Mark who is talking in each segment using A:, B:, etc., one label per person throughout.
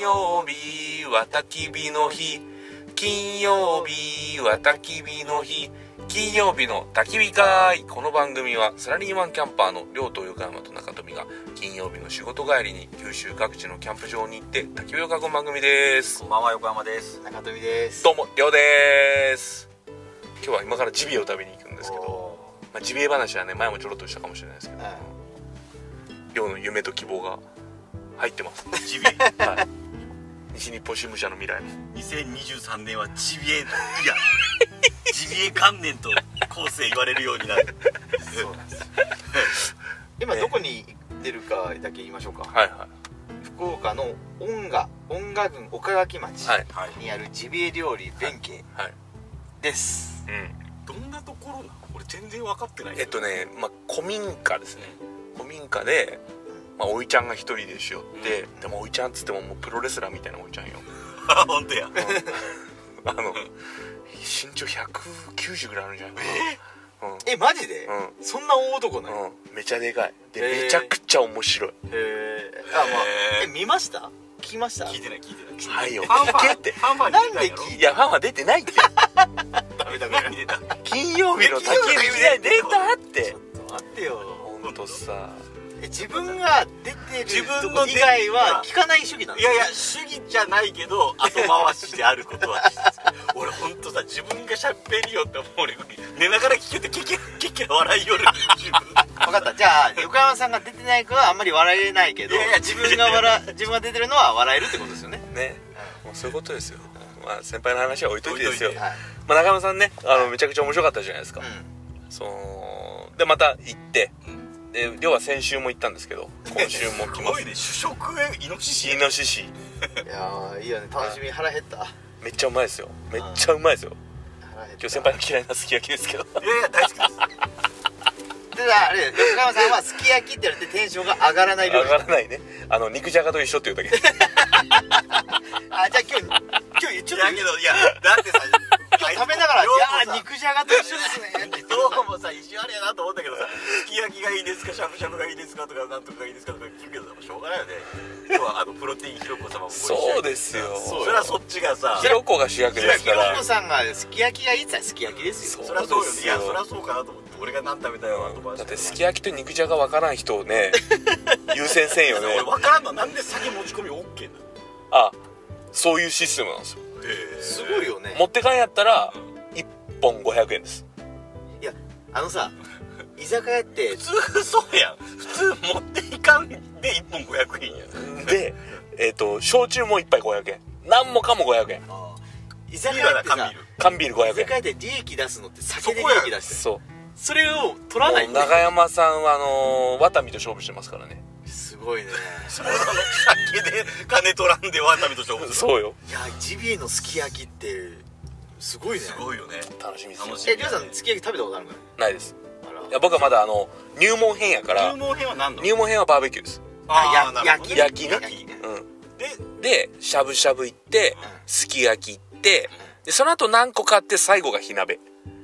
A: 曜日は焚き火の日金曜日は焚き火の日金曜日の焚き火会この番組はサラリーマンキャンパーの両と横山と中富が金曜日の仕事帰りに九州各地のキャンプ場に行って焚き火を囲む番組です
B: こんばんは横山です中富です
A: どうも両です今日は今からジビエを食べに行くんですけど、
B: お
A: まあ、ジビエ話はね前もちょろっとしたかもしれないですけど
B: ーうん
A: 両の夢と希望が入ってます、
C: ジビエ
A: はい、 西日本新聞社の未来
C: 2023年はジビエいやジビエ観念と後世言われるようになる
B: そうなんですよ今どこに行ってるかだけ言いましょうか、
A: はいは
B: 福岡の音賀音賀郡岡垣町
A: はい
C: はい
B: にあるジビエ料理弁慶
A: いはい
B: です、
A: うん
C: どんなところなの俺全然分かってない
A: えっとね、まあ、古民家ですね古民家で、まあ、おいちゃんが一人でしよって、でもおいちゃんっつってももうプロレスラーみたいなおいちゃんよ
C: あ 本当や
A: あの身長190ぐらいあるんじゃないかな
B: えマジで、
A: う
B: そんな大男なの、
A: うん、うん、めちゃでかいで
B: へー
A: めちゃくちゃ面白い
B: へえあまあ
C: へー
B: え見ました聞きました
C: 聞いてない聞いてない聞いてない
A: はいよ
C: ファンファ
A: 聞
C: ン
A: けって
C: ファンファン
B: なんで
C: 聞い
B: 聞
A: いやファンは出て ないって
C: たんやろ何出た
A: 金曜日の焚き火で出たって
B: 待ってよ
A: ほんとさ
B: え自分が出てる
C: 自分の
B: とこ以外は聞かない主義なん
C: い
B: です
C: やいや主義じゃないけど後回しであることは俺本当さ自分がしゃべるよって思う俺寝ながら聞けてケケケケ笑いよる自分
B: 分かったじゃあ横山さんが出てないからあんまり笑えないけど
C: いやいや
B: 自分が笑自分が出てるのは笑えるってことですよね
A: ねもうそういうことですよまあ先輩の話は置いといてですよ
C: 置いといて
B: はい、
A: まあ、中山さんねあのめちゃくちゃ面白かったじゃないですか、
B: う
A: そのでまた行って
C: うん
A: で要は先週も行ったんですけど今週も来
C: す
A: ま
C: ごい
A: す
C: ね主食へイノシシ
A: イノシシ
B: ん、いやーいいよね楽しみ腹減った
A: めっちゃうまいですよめっちゃうまいですよ
B: 腹減った
A: 今日先輩の嫌いなすき焼きですけど
C: いやいや大好きです
B: ただあれ横山さんはすき焼きって言われてテンションが上がらない料
A: 上
B: 理
A: がらないねあの肉じゃがと一緒っていうだけ
B: あじゃあ今日今日ちょ
C: い
B: っと
C: やけどいやだって さ
B: 今日食べながら「い
C: どう
B: や
C: も
B: ー
C: さ
B: 肉じゃがと一緒ですね」って言って
C: どうもさ意地悪やなと思ったけどさすき焼きがいいですかしゃぶしゃぶがいいですかとかなんとかがいいですかとか聞くけどさもうしょうがないよね今日はあのプロテインひろこ様もご一緒に
A: そうですよ
C: それはそっちがさ
A: ひろこが主役ですか
B: ひろ
A: ら
B: こさんがすき焼きがいいって言ったらすき焼きですよ
A: そ
C: そりゃそうよねいや
A: そうですよ
C: そりゃそうかなと思って俺が何食べたいのかなと思
A: だってすき
C: 焼
A: 焼きと肉じゃがわからん人をね優先せんよね
C: 俺分からんのなんで酒持ち込み OK なの
A: あそういうシステムなんですよ
B: すごいよね
A: 持ってかんやったら1本500円です
B: いやあのさ居酒屋って
C: 普通そうやん普通持っていかんで1本500円や
A: でえっ、と焼酎も1杯500円何もかも500円
B: 居酒
C: ビール
B: 屋
C: だ
B: って
C: 缶
B: さ
C: ビール
A: 缶ビール
B: 居
A: 500円
B: 酒屋で利益出すのって酒
C: そ
B: で利
C: こや
B: 益出してる
A: そう
B: それを取ら
A: も
B: ないう
A: 長山さんはあのーワタミと勝負してますからね
B: すごいね
C: そうなの酒で金取らんでワタミと勝負する
A: そうよ
B: いやジビエのすき焼きってすごいね
C: すごいよね
A: 楽しみですよ
C: 楽し
B: えりょうさんすき焼き食べたことあるの
A: ないです
B: あ
A: いや僕はまだあの入門編やから
C: 入門編は何の
A: 入門編はバーベキューです
C: あ
B: あ
C: あな
B: や
C: るほど
B: 焼き
C: ね
A: 焼きね
B: 焼きね
A: うん
C: で
A: でしゃぶしゃぶ行って
B: うん
A: すき焼き行ってでその後何個買って最後が火鍋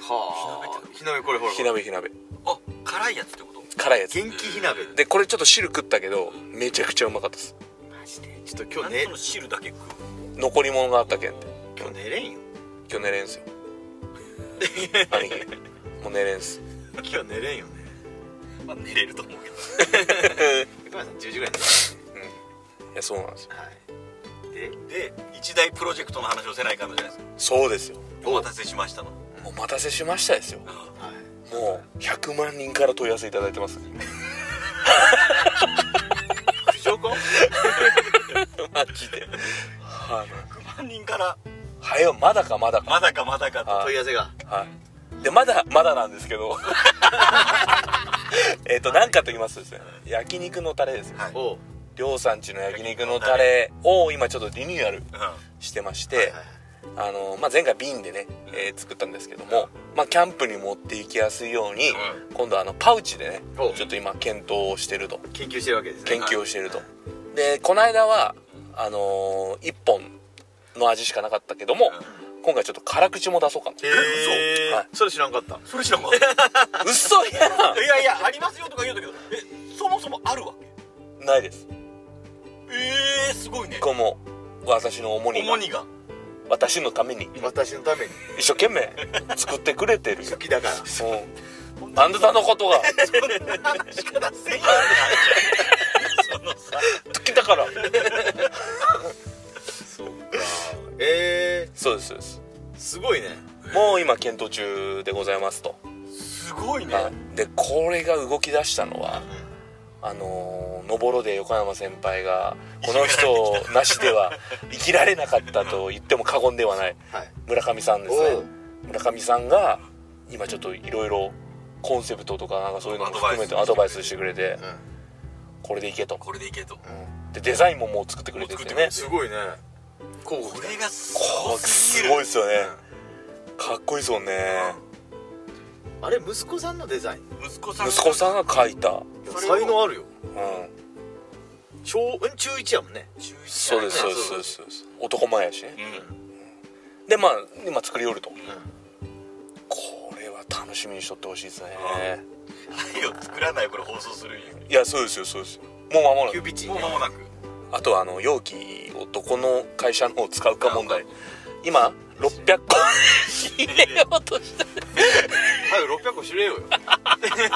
B: はあ火鍋これほら
A: 火鍋火鍋
C: あ辛いやつってこと
A: 辛いやつ
B: 元気火鍋
A: でこれちょっと汁食ったけどめちゃくちゃうまかったです
B: マジでちょっと今
C: なんで
B: 日ね
C: その汁だけ食う
A: 残り物があったけんって
B: 今日寝れんよ
A: 今日寝れんすよ兄貴もう寝れんす
B: 今日寝れんよね
C: まあ寝れると思うけど
B: 横山さん10時ぐらい
A: いやそうなんですよ
B: 寝るはいで
C: で一大プロジェクトの話をせないかんのじゃないですか
A: そうですよ
C: お待たせしましたの
A: お待たせしましたですよ
B: はい
A: もう100万人から問い合わせいただいてます
B: 苦情婚
A: マジであの
C: 100万人から
A: はよまだかまだか
C: まだかまだかと
A: あ
B: 問い合わせが
A: はいでまだまだなんですけどえっと何かと言いますとですね焼肉のタレですね
C: はい
B: おう
A: りょうさんちの焼肉のタレを今ちょっとリニューアル
C: うん
A: してまし
B: はい
A: て
B: はい
A: あの、まあ、前回瓶でね、えー作ったんですけども、まあ、キャンプに持っていきやすいように、
C: う
A: 今度あのパウチでね
B: お
A: ちょっと今検討をしてると
B: 研究してるわけですね
A: 研究をしてるとでこの間はあのー、1本の味しかなかったけども、今回ちょっと辛口も出そうかな
B: へ
A: 嘘はい
B: えそれ知らんかった
C: それ知らんかった
A: 嘘や
C: いやいやありますよとか言うんだけどえそもそもあるわけ
A: んないです
C: えー、すごいね
A: これもう私の重荷が
C: 重荷が
A: 私のために
B: 私のために
A: 一生懸 命作ってくれてる
B: 好
A: よ
B: きだから
A: うんあんたのことが
C: 話からせんよそのさ
A: 好きだから
C: そう
B: え
A: そうですそうです
B: ー、すごいね
A: もう今検討中でございますと、
C: すごいね
A: はいでこれが動き出したのはあのーのぼろで横山先輩がこの人なしでは生きられなかったと言っても過言ではない
B: はい
A: 村上さんです
B: お
A: ね
B: う
A: 村上さんが今ちょっといろいろコンセプトとかなんかそういうのも含めてア
C: ア
A: ド
C: ド
A: バ
C: バ
A: イスしてくれて
B: う
A: これでいけと
C: これでいけと
B: ん、うん、
A: でデザインももう作ってくれて
C: もう
A: て
C: 作ってく
A: ね
C: れて
B: すごいね候補
C: これがす
A: こ
C: ご
A: う
C: す
A: す
C: ぎ
A: ごい
C: る
A: ですよねかっこいいですもんね
B: あれ息子さんのデザイン
C: 息子さん
A: 息子さんが描いた
C: それを
B: 才能あるよ
A: うん
B: 小え中1やもんね
C: 中一
A: そうですそうですそうですそうです男前やしねでまあ今作りおると
B: うん
A: これは楽しみにしとってほしいですね
C: 愛を作らないよこれ放送するんや
A: いやそうですよそうですよもう間もな
B: キュー
A: く
B: ビッチ
C: もう間もなく
A: あとはあの容器をどこの会社のを使うか問題今600個入れようと して
B: 早く600個知 れよよ
C: 去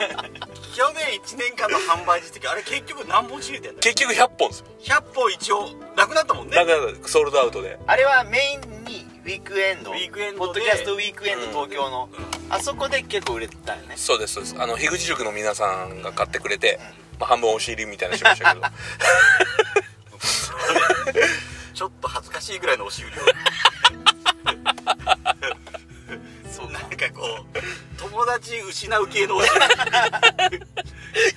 C: 年1年間の販売実績あれ結局何本仕入れてんだ
A: 結局100本ですよ
C: 100本一応なくなったもんね
A: だからソールドアウトで
B: あれはメインにウィークエンド
C: ウィークエンドで
B: ポッドキャストウィークエンド東京の、あそこで結構売れてたよね
A: そうですそうですあの樋口塾の皆さんが買ってくれて、まあ、半分押し入りみたいなのしま したけど
C: ちょっと恥ずかしいぐらいの押し売りを そうなんかこう友達失う系の押し
A: い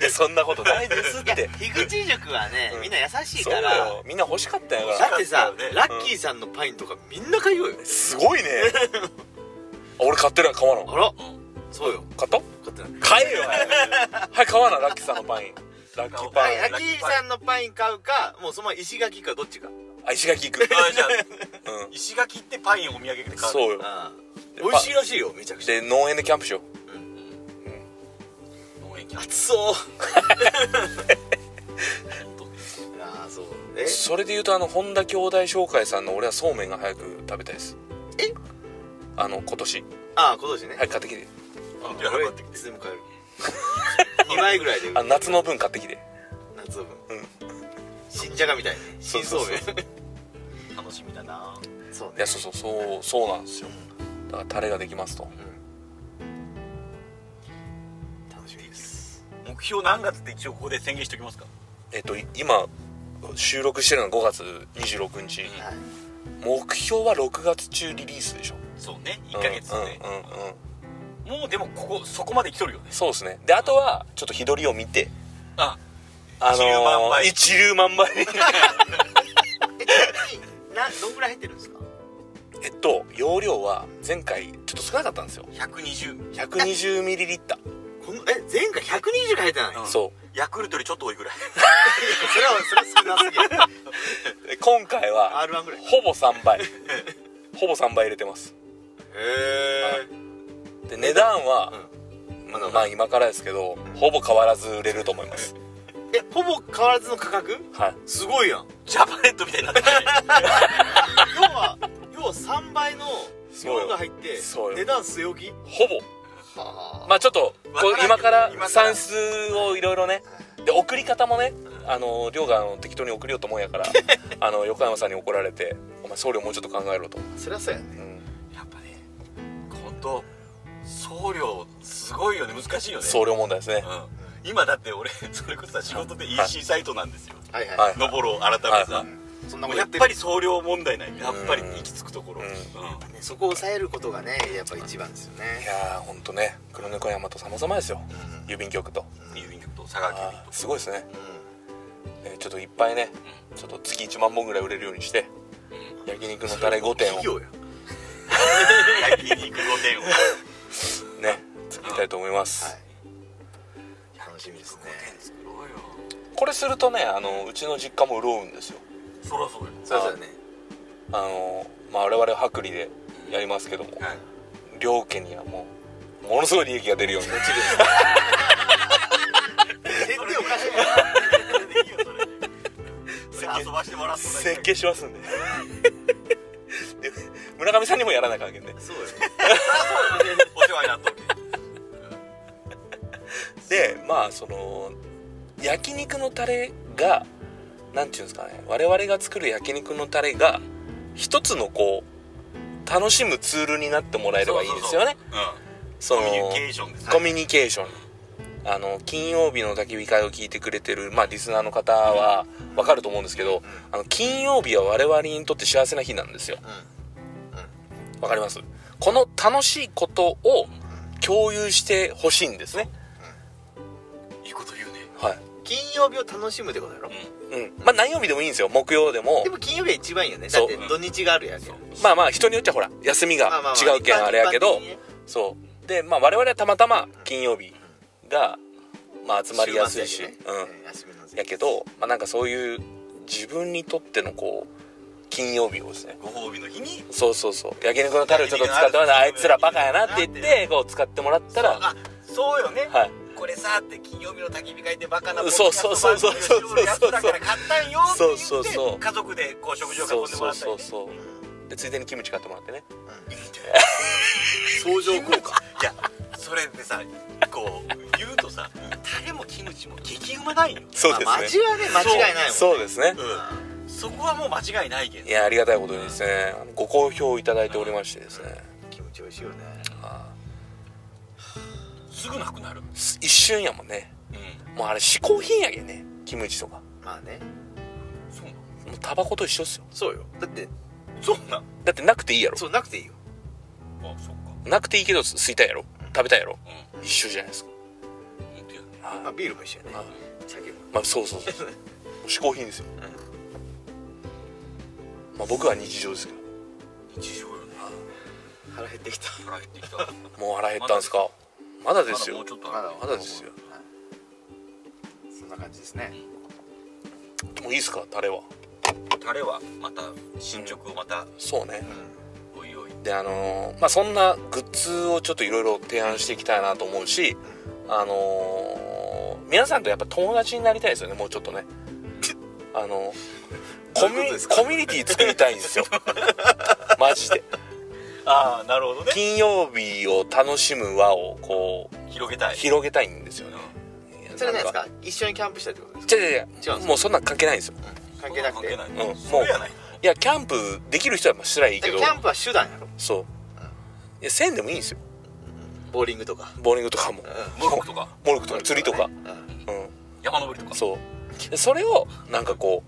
A: やそんなことないですっ
B: いや
A: て
B: 樋口塾はね、
A: うん
B: みんな優しい
A: そう
B: から
A: よみんな欲しかったんやから
B: だってさ、
C: 欲しかったよね
B: ラッキーさんのパインとかみんな買いようよ
A: すごいね俺買ってる買わな
B: あら、そうよ
A: 買った
B: 買ってない
A: 買えよはい買わなラッキーさんのパインラッキーパ
B: は
A: イ
B: い
A: ン
C: ラッキー
B: ラッキーさんのパイン買うかもうその石垣かどっちか
A: あ石垣行く、
C: あじゃあ
A: うん、
C: 石垣ってパインをお土産で買う
A: そうよ
B: うん美味しいらしいよめちゃくちゃ
A: で農園でキャンプしよう
C: 農園キャンプ
B: 熱 そう
C: 本当に
B: ああそうえ
A: それで言うとあの本田兄弟紹介さんの俺はそうめんが早く食べたいです
B: え
A: あの今年
B: ああ今年ね、
A: はい買ってきて
C: 本当に
B: 俺
C: 払っ
B: い
C: てきて
B: つでも買える2枚ぐらいで
A: あ夏の分買ってきて
B: 夏オーブン、
A: う
B: 新じゃがみたいね
A: そう
B: 新
A: そう
B: そう
A: そう
B: めん
C: 楽しみだな
B: そう
A: いやそうそうそうそうなんですよだからタレができますと
B: 楽しみです
C: 目標何月って一応ここで宣言しておきますか
A: えっとい今収録してるのが5月26日
C: うん
B: はい
A: 目標は6月中リリースでしょ
C: そうね1ヶ月ね
A: うんうんうんうん
C: もうでもここそこまで来とるよね
A: そうですねであとはちょっと日取りを見て
C: あ
A: あ
C: 一粒万
A: のー
C: 倍
A: 一粒万倍
B: えちなみになどんぐらい入ってるんですか
A: えっと容量は前回ちょっと少なかったんですよ
C: 120
A: 120ミリリッタ
B: このえ前回120が入ってない、
C: うん
A: ーそう
C: ヤクルトよりちょっと多いぐらい
B: それはそれは少なすぎる
A: で今回は
B: R1 ぐらいへ
A: ほぼ3倍ほぼ3倍入れてます
B: え
A: で値段は、まあまあ今からですけどほぼ変わらず売れると思います
B: えほぼ変わらずの価格
A: はい
B: すごいやん
C: ジャパネットみたいになっ てる
B: 要は要は3倍の
A: そうよ
B: 量が入って
A: そうよ
B: 値段据え置き
A: ほぼ
B: はあ
A: まあちょっとこう
C: わからんけど
A: 今から
C: 今から
A: 算数をいろいろねで送り方もねあの量があの適当に送りようと思うんやからあの横山さんに怒られて「お前送料もうちょっと考えろ」と、
B: そりゃそうやね
A: うん
C: やっぱね本当送料すごいよね難しいよね
A: 送料問題ですね
C: うん、今だって俺 それこそさ仕事で EC サイトなんですよ
B: はいはい、
A: はい
C: のぼろを改め
A: はい
C: てさ、
A: は
B: そんな
C: も
B: も
C: うんや
B: や
C: っ
B: って
C: ぱ
B: る
C: り送料問題ないやっぱり
A: うん
C: 行き着くところ、
A: うん
C: うん
B: ねそこを抑えることがねやっぱ一番ですよ
A: い
B: ね
A: やーほんとね黒猫山と様々ですよ郵便局と
C: 郵便局と佐川急便
A: あー
C: と
A: すごいですね
B: う
A: えーちょっといっぱいねちょっと月1万本ぐらい売れるようにして焼肉のタレ5
B: ん
A: 点
B: 企
A: を
B: 業や
C: 焼肉御殿を
A: ね作りたいと思います、
B: はい楽しみですね
C: 作ろうよ
A: これするとねあのうちの実家も潤うんですよ
C: そらそうよ
B: そうだよね
A: あの、まあ、我々は薄利でやりますけども、
C: はい
A: 両家にはもうものすごい利益が出るように
B: 落ちる絶対おかしい
C: それでいいよそれでそれ遊ばしてもらっ と
A: 設計しますんで坂上さんにもやらなきゃあかんけんね
B: そうよ
C: お世話になっとる
A: でまあその焼肉のタレがなんていうんですかね我々が作る焼肉のタレが一つのこう楽しむツールになってもらえればいいですよねそ
C: コ
A: の
C: ミュニケーションです
A: コミュニケーションあの金曜日の焚き火会を聞いてくれてる、まあ、リスナーの方は分かると思うんですけどあの金曜日は我々にとって幸せな日なんですよわかりますこの楽しいことを共有してほしいんですね
C: いいこと言うね
A: はい
B: 金曜日を楽しむってことやろ
A: うんまあ何曜日でもいいんですよ木曜でも
B: でも金曜日が一番いいよねだ
A: そう
B: って土日があるやん
A: まあまあ人によってはほら休みが違うけんあれやけどそうでまあ我々はたまたま金曜日がまあ集まりやすいしうん
B: 休みの
A: やけど、まあ、なんかそういう自分にとってのこう金曜日をですね
C: ご褒美の日に
A: そうそうそう焼肉のタレをちょっと使ってもらってあいつらバカやなって言ってこう使ってもらったらは
C: あそうよね
A: い
C: これさって金曜日の焚き火会でバカな
A: そうそうそうそうそう
C: ポッドキャスト番組をしようやつだから買ったんよって言って
A: そうそうそう
C: 家族でこう食事を
A: そ
C: 囲
A: うん
C: でもら
A: そう
C: ったり
A: そ
C: ね
A: うそうでついでにキムチ買ってもらってね
C: 相乗効果いやそれでさこう言うとさタレもキムチも激うまないよ
A: そう
B: まあ
A: で
B: 味
A: すね
B: はね間違いないもん
A: そうですね
C: うんそこはもう間違いないけ
A: い
C: ど
A: やありがたいことにですねご好評いただいておりましてですね
B: 気持ち美味しいよね
A: あ
C: すぐなくなる
A: ーす一瞬やもんね
C: うん
A: もうあれ嗜好品やけんねキムチとか
B: まあね
C: そうな
A: もうタバコと一緒っすよ
B: そうよだって
C: のそうな
A: だってなくていいやろ
B: そうなくていいよ
C: のあそっか
A: なくていいけど吸いたいやろ食べたいやろ
C: うん
A: 一緒じゃないですか
C: 本当やね
A: はい
B: まあビールも一緒やね
A: はい
B: 酒も
A: まあそうそう そう嗜好品ですよ、まあ、僕は日常ですけど
C: 日常よね
B: 腹減ってきた
C: 腹減ってきたま
A: もう腹減ったんですかまだです
C: だも
A: よ
C: うちょっとある
A: まだですよ
B: はいそんな感じですね
A: もういいですかタレは
C: タレはまた進捗をまた
A: そうね
C: おいおい
A: であのーまあそんなグッズをちょっといろいろ提案していきたいなと思うしあのー皆さんとやっぱ友達になりたいですよねもうちょっとねあのーコミ
B: どういうことですか
A: コミュニティ作りたいん ですよマジで
C: ああなるほどね
A: 金曜日を楽しむ輪をこう
C: 広げたい
A: 広げたいんですよね
B: それないですか一緒にキャンプしたいってことです
A: 違
B: か
A: う違う
B: 違うんですか
A: もうそんなん関係ないんですよ
B: 関係なくて
C: 関係
A: うんも
C: な
A: う
C: いそうやない
A: いやキャンプできる人はまあしたらいい
B: だ
A: け
B: か
A: ど
B: らキャンプは手段やろ
A: そういやせんでもいいんですよ
B: ボーリングとか
A: ボーリングとかも
C: モルックとか
A: モルクとか釣りとか
B: ねうん
A: う
C: 山登りとか
A: んそうでそれをなんかこ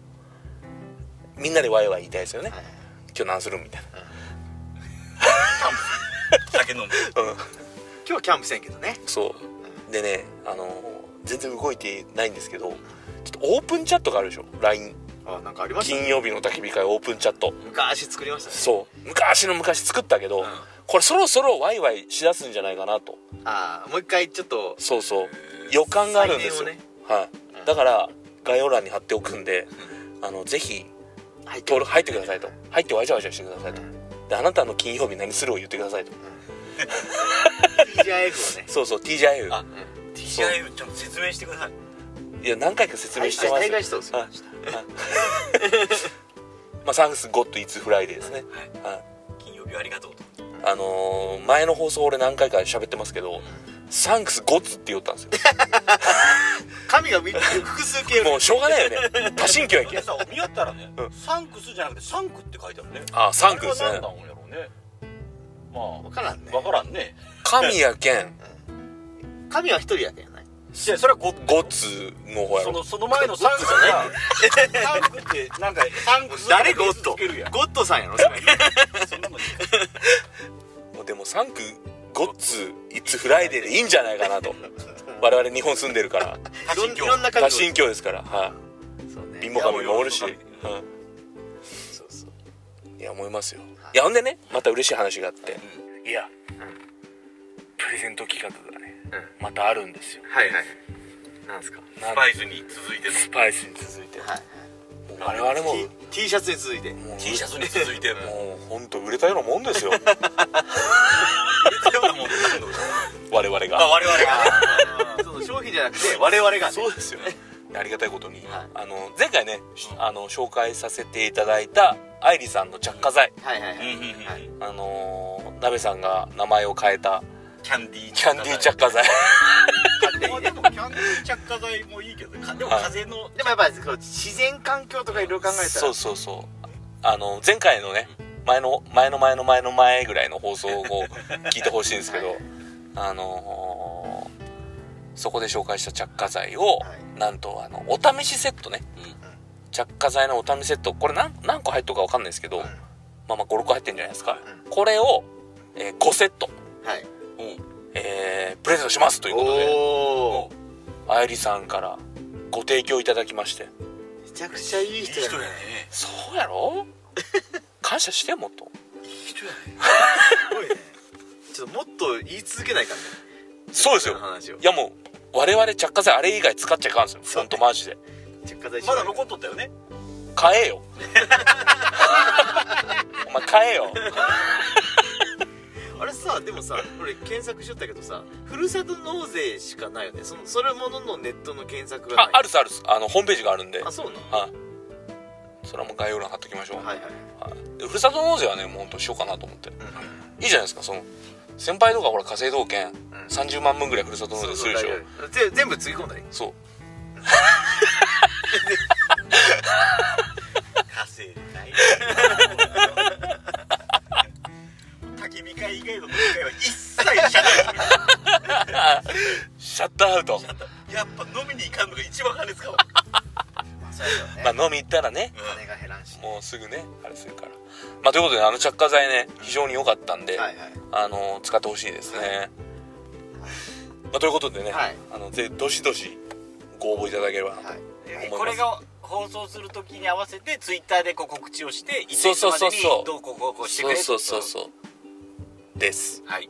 A: うみんなでワイワイ言いたいですよね
B: はい
A: 今日何するみたい
C: 酒飲む
A: なうん
B: 今日はキャンプせんけどね
A: そうでねあの全然動いてないんですけどちょっとオープンチャットがあるでしょ LINE
B: あなんかありました
A: 金
B: ね
A: 曜日の焚き火会オープンチャット
B: 昔作りましたね
A: そう昔の昔作ったけど、
C: ん
A: これそろそろワイワイしだすんじゃないかなと
B: ああもう一回ちょっと
A: そうそう
C: へー
A: 予感があるんですよ、
B: 再現
A: はい、だから概要欄に貼っておくんであのぜひ
B: 入って
A: 登録入ってくださいと入ってわちゃわちゃしてくださいとであなたの金曜日何するを言ってくださいと
B: TGIF をね
A: そうそう TGIF
C: あ
B: うん
C: TGI ちゃんと説明してください
A: いや何回か説明してま
B: あ
A: す
B: 大概そうですよ
A: はいはいまあ「Thanks God It's Friday」ですね、はい
C: 金曜日ありがとうと
A: あのー前の放送俺何回か喋ってますけど「サンクスゴッツ」って言ったんですよ
B: 神が見てる複数形
A: もうしょうがないよね多神教や
C: こ
A: けん
C: れさ見よったらね
A: うん
C: サンクスじゃなくてサンクって書いてあるね
A: あサンクです
C: あれ
A: ね
C: は何なんやろうね
B: 分
C: ま
B: からんね
C: あわからんね
A: 神やけん
B: 神は一人やけんない
C: いやそれはゴッ
A: ゴッツの方や
C: そ
A: ろ
C: のその前のサンクスねサンクってなんかサンクス
B: 誰ゴッド
C: つけるやん
B: ゴッドさんやろ
C: そんなの
A: でもサンクゴッツイッツフライデーでいいんじゃないかなと我々日本住んでるから
C: 多
B: い
C: 神
B: ろん
C: 教
B: いろんな
A: 多
B: 神
A: 神教ですからは
B: そうね
A: い貧乏神もおるし、
C: いやも
B: そうそう
A: うんいや思いますよいやほんでねまた嬉しい話があって、いや、プレゼント企画がね、またあるんですよ
B: はいはいなんですか
A: なん
C: スパイスに続いての
A: スパイスに続いて、
B: はい
A: もう我々も
B: T, T シャツに続いて
A: もう
C: T シャツに続いての
A: もう本当売れたようなもんですよ
C: ようなもんなんだろう
A: 我々
C: あ
A: が
C: 我々が
B: その商品じゃなくて我々がね
A: そうですよありがたいことに、
C: はい
A: あの前回ね、し
C: うん
A: あの紹介させていただいた愛理さんの着火剤、
B: はいはいはい、
C: はい
A: あのー、鍋さんが名前を変えた
C: キャンディー
A: キャンディー着火剤
C: まあでもキャンディー着火剤もいいけどかでも風の
B: でもやっぱりこう自然環境とかいろいろ考えたら
A: そうそうそうあの前回のね前の前の前の前の前ぐらいの放送を 聞いてほしいんですけど、
B: はい
A: あのーそこで紹介した着火剤を、
B: はい
A: なんとあのお試しセットね着火剤のお試しセットこれ何何個入っとるかわかんないですけど、
B: うん
A: まあまあ56個入ってるんじゃないですか、
B: う
A: これを、え5セット、
B: はい
A: えープレゼントしますということで
B: おお
A: あゆりさんからご提供いただきまして
B: めちゃくちゃいい
C: いい
B: 人
C: 人
B: だ
C: や
B: ね
C: ね
A: そうや ろ感謝してもっと
C: いい人やね
B: すごいねちょっともっと言い続けないからね
A: そうです
B: その
A: よ
B: 話を
A: いやもう我々着火剤あれ以外使っちゃいかんですよ
B: そう
A: ほんとマジで
B: 着火剤
C: まだ残
B: っ
C: っとったよね
A: 買 えよお前買えよ
B: あれさでもさ俺検索しとったけどさふるさと納税しかないよねそのそれもののネットの検索がない
A: ああるっすあるっすあのホームページがあるんで
B: あそうなの
A: はいそれはもう概要欄貼っときましょう、
B: はいはい
A: はいでふるさと納税はねもうほんとしようかなと思って
B: うん
A: いいじゃないですかその先輩とかほら火星道券
B: うん
A: 30万分ぐらいふるさと納税するでしょ
B: そうそう大丈夫ぜ全部つぎ込んだり
A: そう
C: 稼いで ない焚き火会以外の飲み会は一切しゃ
A: シャットアウト
C: べやっぱ飲みに行かんのが一番金使うわ
B: まあそうやよね
A: まあ飲み行ったらね
B: 金が減らんし
A: もうすぐねあれするからまあということであの着火剤ね非常に良かったんで、
B: はいはい
A: あの使ってほしいですね、まあ、ということでね、
B: はい
A: あのぜどしどしご応募いただければなと、
B: はい
A: 思います
D: これが放送するときに合わせてツイッターでこう告知をして一
A: そう
D: 定
A: そ
D: ま
A: うそう
D: で
A: そう
D: にどうこうこうこうしてく
A: そ
D: れっ
A: う
D: て
A: そうそうそうです
C: はい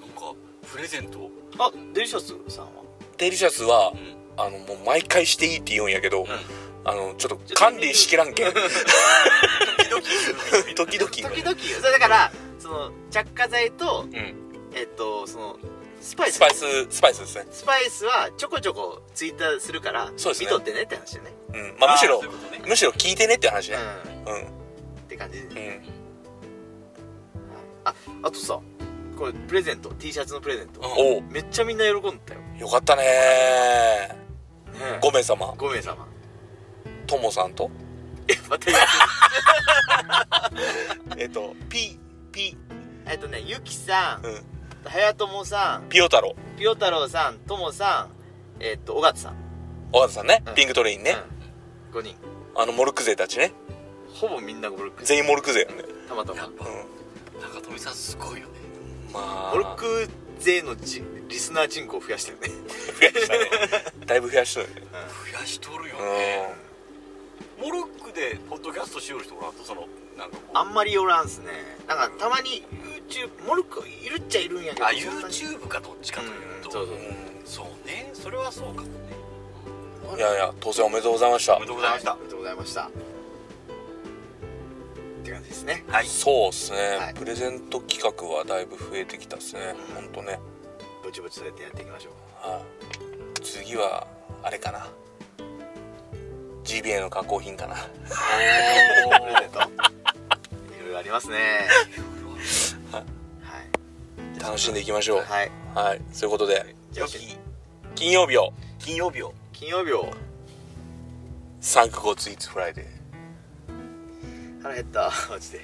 C: なんかプレゼント
B: あデリシャスさんは
A: デリシャスは、
C: ん
A: あのもう毎回していいって言うんやけど、あのちょっと管理しきらんけん
C: 時々
A: 時々
B: 時々それだからその着火剤と
A: うん、
B: えっとそのスパイス
A: スパイススパイスですね、
B: スパイスはちょこちょこツイッターするから
A: そうですね
B: 見とってねって話よね
A: うんまあ、むしろ
C: あーそういうことね
A: むしろ聞いてねって話ね
B: うん
A: うん
B: って感じで、
A: うん、
B: ああとさこれプレゼント T シャツのプレゼント、
A: おう
B: めっちゃみんな喜んだよ、
A: よかったね5名様
B: ご5名様
A: ともさんと
B: えまた言う
A: えっとピピ
B: えっとねゆきさ
A: うん
B: んはやともさん
A: ピオ太郎
B: ぴよ太郎さんともさんえっと尾形さん
A: 小畑さんね、
B: うん
A: ピンクトレインね、、
B: うん、5人
A: あのモルック勢たちね
B: ほぼみんなゴルック
A: 全員モルック勢なんで、
B: たまた
C: や
B: ま
C: っぱ中富さんすごいよね
A: うん、まあ
B: ゴルック勢のじリスナー人口を増やしてるね
A: 増やしたねだいぶ増やしたね
C: 増やしとるよ
A: うん
C: ねモルックでポッドキャストしよる人おらんとそのなんかこう
B: あんまりおらんすねなんかたまに YouTube モルックいるっちゃいるんやけど
C: あ
B: そんなに
C: YouTube かどっちかというと、
B: うんそう
C: そうねそれはそうかもね
A: うんいやいや当選おめでとうございました
C: おめでとうございました
B: はありがとうございましたって感じですね
C: はい
A: そうっすね、
B: はい
A: プレゼント企画はだいぶ増えてきたっすね、ほんとね、
B: ぼちぼちそうやってやっていきましょう
A: はい次はあれかな GBA の加工品かな
B: プレゼントいろいろありま すねはい
A: 楽しんでいきましょうはい、
B: はい
A: そういうことで
B: じゃあ
A: 金曜日を
C: 金曜日を
B: 金曜日を
A: サンクゴツイーツフライデー
B: 腹減ったマジで